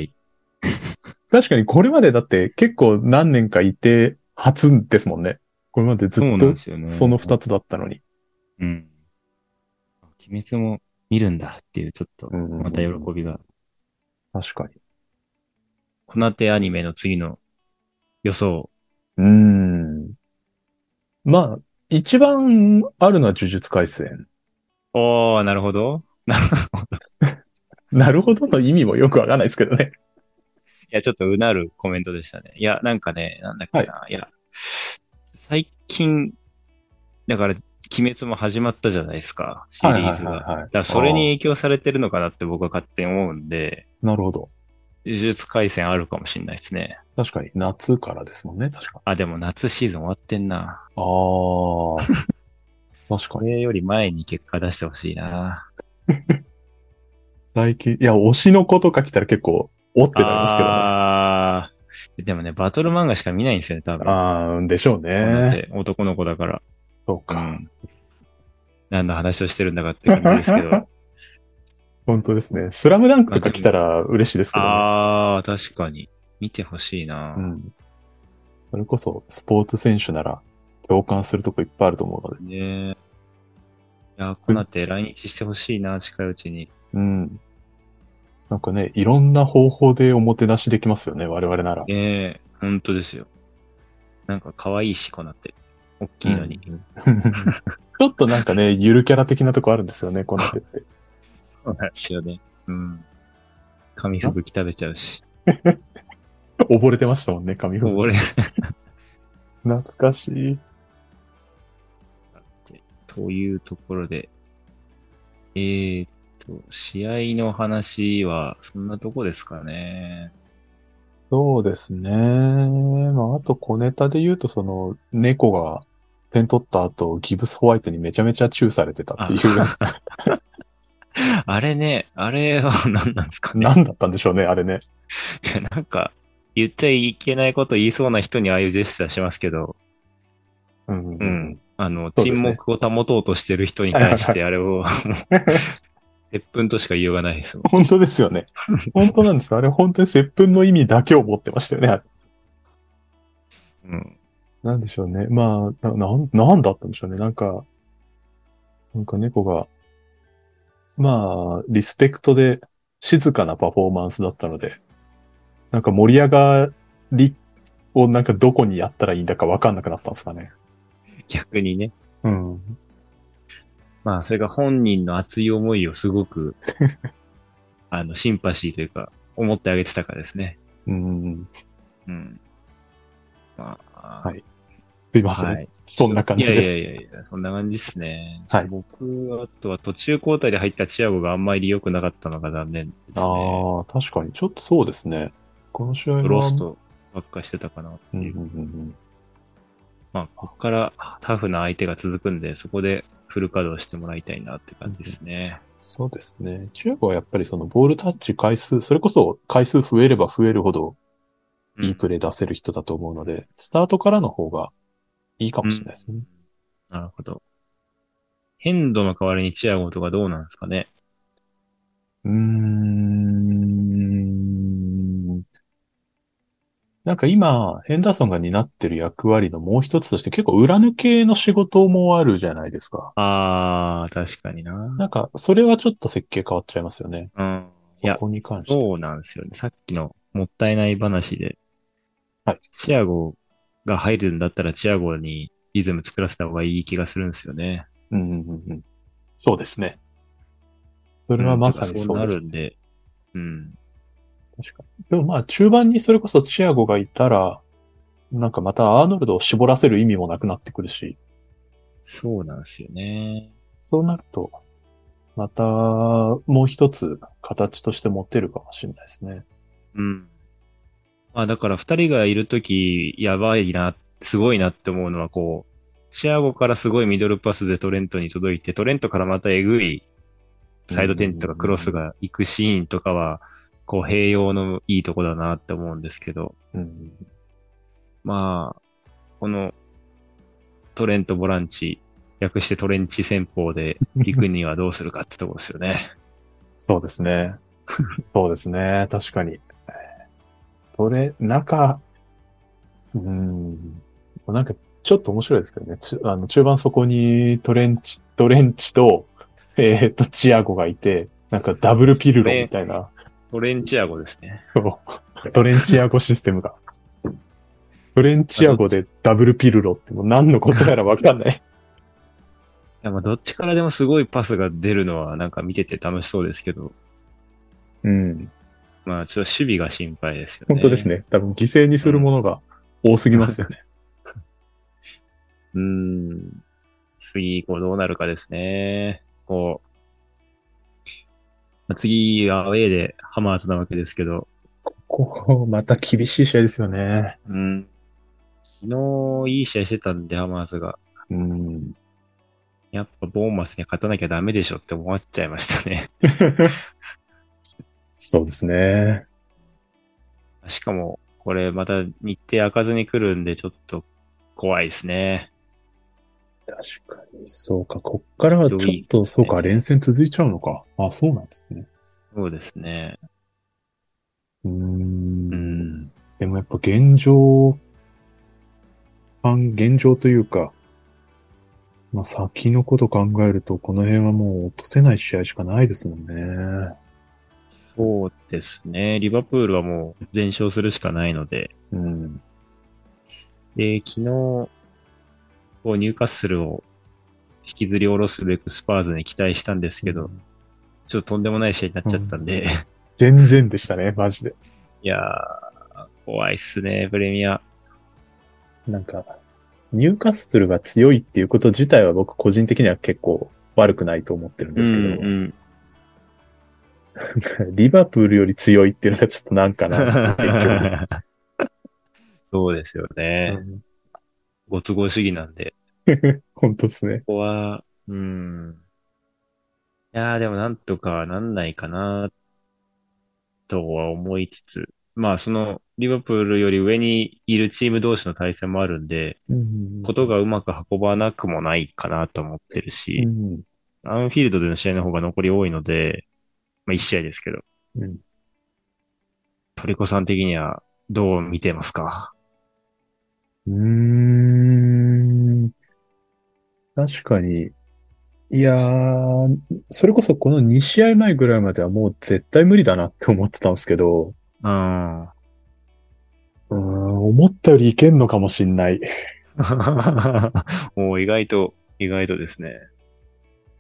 B: 確かにこれまでだって結構何年かいて初ですもんね。これまでず
A: そうな
B: っ
A: ん
B: と
A: ですよね。
B: その二つだったのに。
A: うん。鬼滅も見るんだっていう、ちょっと、
B: うん
A: また喜びが。
B: 確かに。
A: この手アニメの次の予想。
B: うーん。まあ、一番あるのは呪術回戦。
A: おー、なるほど。
B: なるほどの意味もよくわかんないですけどね。
A: いや、ちょっとうなるコメントでしたね。いや、なんかね、なんだっけな。い、や、最近、だから、鬼滅も始まったじゃないですか、シリーズが。だ
B: はいはいはいはい
A: から、それに影響されてるのかなって僕は勝手に思うんで、
B: なるほど。
A: 呪術回戦あるかもしれないですね。
B: 確かに夏からですもんね、確か。
A: あ、でも夏シーズン終わってんな。
B: あ あ。確か
A: こ
B: に。
A: れより前に結果出してほしいな。
B: 最近、いや、推しの子とか来たら結構、おってなりますけどね。
A: あーでもね、バトル漫画しか見ないんですよね、多分。
B: ああ、でしょう
A: だって
B: ね。
A: 男の子だから。
B: そうか。
A: うん何の話をしてるんだかって感じですけ ど。
B: 本当ですね。スラムダンクとか来たら嬉しいですけど、ね。
A: ああ、確かに。見てほしいな、
B: うん。それこそ、スポーツ選手なら、共感するとこいっぱいあると思うので。
A: ねえ。いや、こうなって来日してほしいな、近いうちに。
B: うん。なんかね、いろんな方法でおもてなしできますよね、我々なら。
A: ねえ、本当ですよ。なんか可愛いし、こうなって。大きいのに。
B: ちょっとなんかね、ゆるキャラ的なとこあるんですよね、この人 って。
A: そうなんですよね。うん。紙吹雪食べちゃうし。
B: 溺れてましたもんね、髪風。
A: 俺、
B: 懐かしい。
A: というところで。えーっと、試合の話は、そんなとこですかね。
B: そうですね。まあ、あと小ネタで言うと、その、猫が点取った後、ギブスホワイトにめちゃめちゃチューされてたっていう、
A: あれね、あれは何なんですかね。
B: 何だったんでしょうね、あれね。
A: いやなんか、言っちゃいけないこと言いそうな人にああいうジェスチャーしますけど、
B: うん。
A: うん。あの、
B: そうです
A: 沈
B: ね
A: 黙を保とうとしてる人に対 して、あれを、もう接吻としか言いようがないですもん。
B: 本当ですよね。本当なんですよ。あれ本当に接吻の意味だけを持ってましたよね。あれ
A: うん。
B: なんでしょうね。まあ、な、なんなんだったんでしょうね。なんか、なんか猫が、まあ、リスペクトで静かなパフォーマンスだったので、なんか盛り上がりをなんかどこにやったらいいんだかわかんなくなったんですかね。
A: 逆にね。
B: うん。
A: まあ、それが本人の熱い思いをすご く、あの、シンパシーというか、思ってあげてたかですね。
B: うん。
A: うん。まあ、
B: はいすいません。
A: はい。
B: そんな感じです
A: いやいやいやいや、そんな感じですね。
B: はい
A: 僕は、あとは途中交代で入ったチアゴがあんまり良くなかったのが残念ですね。
B: ああ、確かに。ちょっとそうですね。この試合は。
A: ロストばっかしてたかなって
B: うんうん
A: いう。
B: うんうん。
A: まあ、ここからタフな相手が続くんで、そこでフル稼働してもらいたいなって感じですね。
B: そうですね。中国はやっぱりそのボールタッチ回数、それこそ回数増えれば増えるほどいいプレー出せる人だと思うので、スタートからの方がいいかもしれないですね。
A: なるほど。ヘンドの代わりにチアゴとかどうなんですかね。
B: うーん。なんか今、ヘンダーソンが担ってる役割のもう一つとして結構裏抜けの仕事もあるじゃないですか。
A: あー、確かにな。
B: なんか、それはちょっと設計変わっちゃいますよね。
A: うん。い
B: そ
A: や
B: こに関して。
A: そうなんですよね。さっきのもったいない話で。
B: はい
A: チアゴが入るんだったらチアゴにリズム作らせた方がいい気がするんですよね。
B: うんうんうんうん。そうですね。そ
A: そ
B: れはまさにそう
A: な
B: ですね
A: るんで。うん。
B: 確かに。でもまあ中盤にそれこそチアゴがいたら、なんかまたアーノルドを絞らせる意味もなくなってくるし、
A: そうなんですよね。
B: そうなると、またもう一つ形として持てるかもしれないですね。
A: うん。まあだから二人がいるとき、やばいな、すごいなって思うのはこう、チアゴからすごいミドルパスでトレントに届いて、トレントからまたえぐいサイドチェンジとかクロスが行くシーンとかは、こう併用のいいとこだなって思うんですけど、
B: うん。
A: まあ、この、トレントボランチ、略してトレンチ戦法で行くにはどうするかってとこですよね。
C: そうです ね。そうですね。確かに。それ、中、うーん、なんかちょっと面白いですけどね。ちあの中盤そこにトレンチ、トレンチと、えーっと、チアゴがいて、なんかダブルピルロみたいな、
A: トレンチアゴですね。
C: そうトレンチアゴシステムが。トレンチアゴでダブルピルロってもう何のことやらわかんない。
A: いやまあどっちからでもすごいパスが出るのはなんか見てて楽しそうですけど、
B: うん。
A: まあちょっと守備が心配ですよね。
B: 本当です。ね。多分犠牲にするものが多すぎますよね。
A: うーん。次以降どうなるかですね。こう。まあ次、アウェーでハマーズなわけですけど、
C: ここ、また厳しい試合ですよね。
A: うん。昨日いい試合してたんで、ハマーズが。
C: うん。
A: やっぱボーンマスに勝たなきゃダメでしょって思っちゃいましたね。
C: そうですね。
A: しかも、これまた日程開かずに来るんで、ちょっと怖いですね。
B: 確かに。そうか。こっからはちょっと、そうか。連戦続いちゃうのか。あ、そうなんですね。
A: そうですね。
C: うー。
A: うんん。
C: でもやっぱ現状、
B: 反現状というか、まあ先のこと考えると、この辺はもう落とせない試合しかないですもんね。
A: そうですね。リバプールはもう全勝するしかないので。
B: うん。
A: で、昨日、こうニューカッスルを引きずり下ろすべくスパーズに期待したんですけど、ちょっととんでもない試合になっちゃったん で、い
C: 全然でしたね、マジで。
A: やー、怖いっすね、プレミア。
B: なんか、ニューカッスルが強いっていうこと自体は僕個人的には結構悪くないと思ってるんですけど、
A: うんうん、
B: リバプールより強いっていうのはちょっとなんかなっていう。
A: そうですよね。ご都合主義なんで。
B: 本当ですね。
A: ここは、うん。いやーでもなんとかなんないかな、とは思いつつ、まあその、リバプールより上にいるチーム同士の対戦もあるんで、ことがうまく運ばなくもないかなと思ってるし、アンフィールドでの試合の方が残り多いので、まあ1試合ですけど、
B: うん
A: トリコさん的にはどう見てますか
B: うーん。確かに。いやー、それこそこの2試合前ぐらいまではもう絶対無理だなって思ってたんですけど、
A: うん。
C: うーん、思ったよりいけんのかもしんない。
A: もう意外と、意外とですね。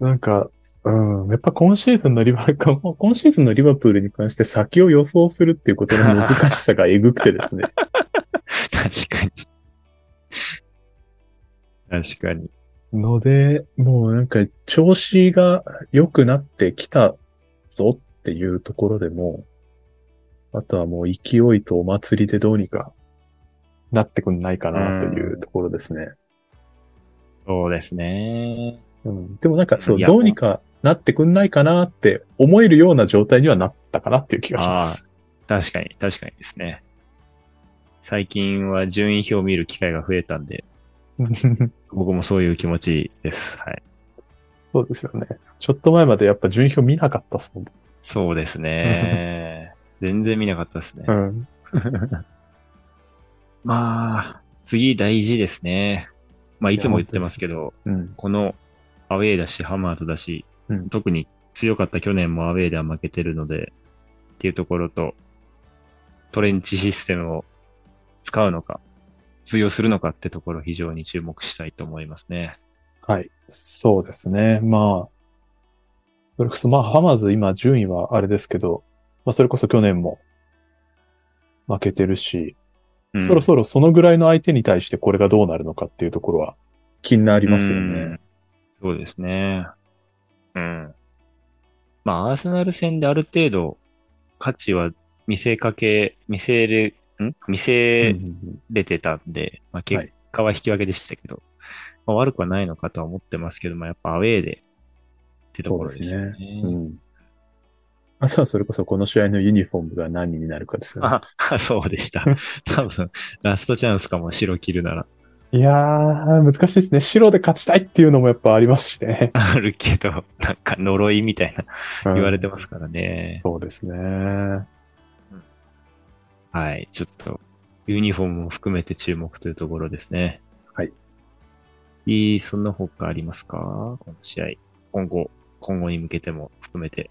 C: なんか、うん、やっぱ今シーズンのリバーカも、
B: 今シーズンのリバプールに関して先を予想するっていうことの難しさがえぐくてですね。
A: 確かに。確かに。
B: ので、もうなんか調子が良くなってきたぞっていうところでも、あとはもう勢いとお祭りでどうにか
C: なってくんないかなという。
B: ところですね。
A: そうですね。
B: うん、でもなんかそう、
A: いや
B: どうにかなってくんないかなって思えるような状態にはなったかなっていう気がしま
A: あ
B: す。
A: あ、確かに、確かにですね。最近は順位表を見る機会が増えたんで、 僕もそういう気持ちです。はい。
C: そうですよね。ちょっと前までやっぱ順位表見なかったっすもん。
A: そうです ね。全然見なかったですね。
C: うん。
A: まあ、次大事ですね。まあ、いつも言ってますけど、
C: うん。
A: このアウェーだし、ハマートだし、
C: うん
A: 特に強かった去年もアウェーでは負けてるので、っていうところと、トレンチシステムを使うのか、通用するのかってところ非常に注目したいと思いますね。
C: はい。そうですね。まあ、それこそ、まあ、ハマーズ今順位はあれですけど、まあ、それこそ去年も負けてるし、
A: うん
C: そろそろそのぐらいの相手に対してこれがどうなるのかっていうところは、
B: 気になり
A: うん
B: ますよね。
A: そうですね。うん。まあ、アーセナル戦である程度、価値は見せかけ、見せる、ん見せ、
C: うんうんうん
A: 出てたんで、まあ、結果は引き分けでしたけど、まあ、悪くはないのかとは思ってますけど、まあ、やっぱアウェーでってところですよね。
B: うんあとはそれこそこの試合のユニフォームが 何になるかですよね。
A: あ、そうでした。多分、ラストチャンスかも、白着るなら。
B: いやー、難しいですね。白で勝ちたいっていうのもやっぱありますしね。
A: あるけど、なんか呪いみたいな
B: うん
A: 言われてますからね。
B: そうですね。
A: はい。ちょっと、ユニフォームも含めて注目というところですね。
B: はい。
A: いい、そんな他ありますかこの試合。今後、今後に向けても含めて。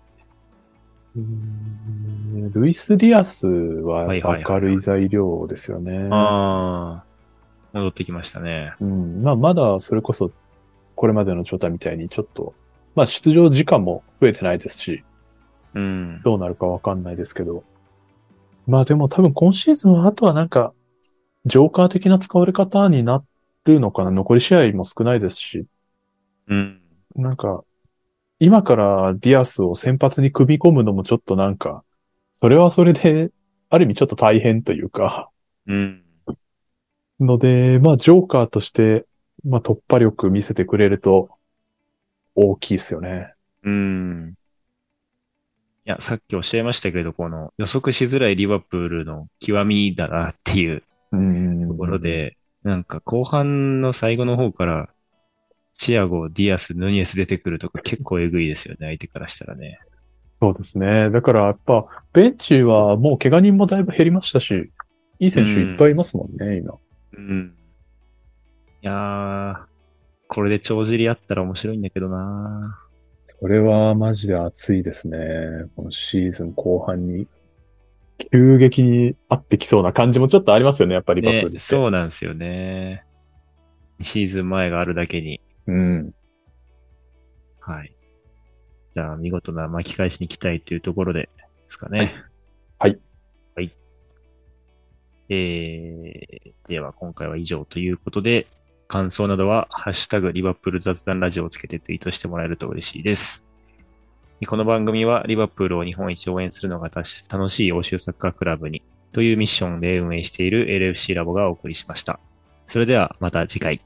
B: うーんルイス・ディアスはやっぱ明るい材料ですよね。
A: ああ、戻ってきましたね。
B: うん。まあ、まだそれこそ、これまでの調達みたいにちょっと、まあ、出場時間も増えてないですし、
A: うん。
B: どうなるかわかんないですけど。まあ、でも多分今シーズンはあとはなんか、ジョーカー的な使われ方になるのかな。残り試合も少ないですし、
A: うん。
B: なんか、今からディアスを先発に組み込むのもちょっとなんか、それはそれで、ある意味ちょっと大変というか、
A: うん。
B: ので、まあ、ジョーカーとして、まあ、突破力見せてくれると、大きいですよね。
A: うん。いや、さっきおっしゃいましたけど、この予測しづらいリバプールの極みだなっていう
B: うん
A: ところ。で、なんか後半の最後の方から、チアゴ、ディアス、ヌニエス出てくるとか結構えぐいですよね、相手からしたらね。
B: そうですね。だから、やっぱ、ベンチはもう怪我人もだいぶ減りましたし、いい選手いっぱいいますもんね、今。
A: うん。いやー、これで帳尻あったら面白いんだけどな
B: それはマジで熱いですね。このシーズン後半に、急激に合ってきそうな感じもちょっとありますよね、やっぱりバックルって。
A: ね、そうなんですよね。シーズン前があるだけに。
B: うん。
A: はい。じゃあ、見事な巻き返しに期待というところでですかね。
B: はい。
A: はい。えー、では、今回は以上ということで、感想などは、ハッシュタグリバプール雑談ラジオをつけてツイートしてもらえると嬉しいです。この番組は、リバプールを日本一応援するのが楽し楽しい欧州サッカークラブに、というミッションで運営している LFC ラボがお送りしました。それでは、また次回。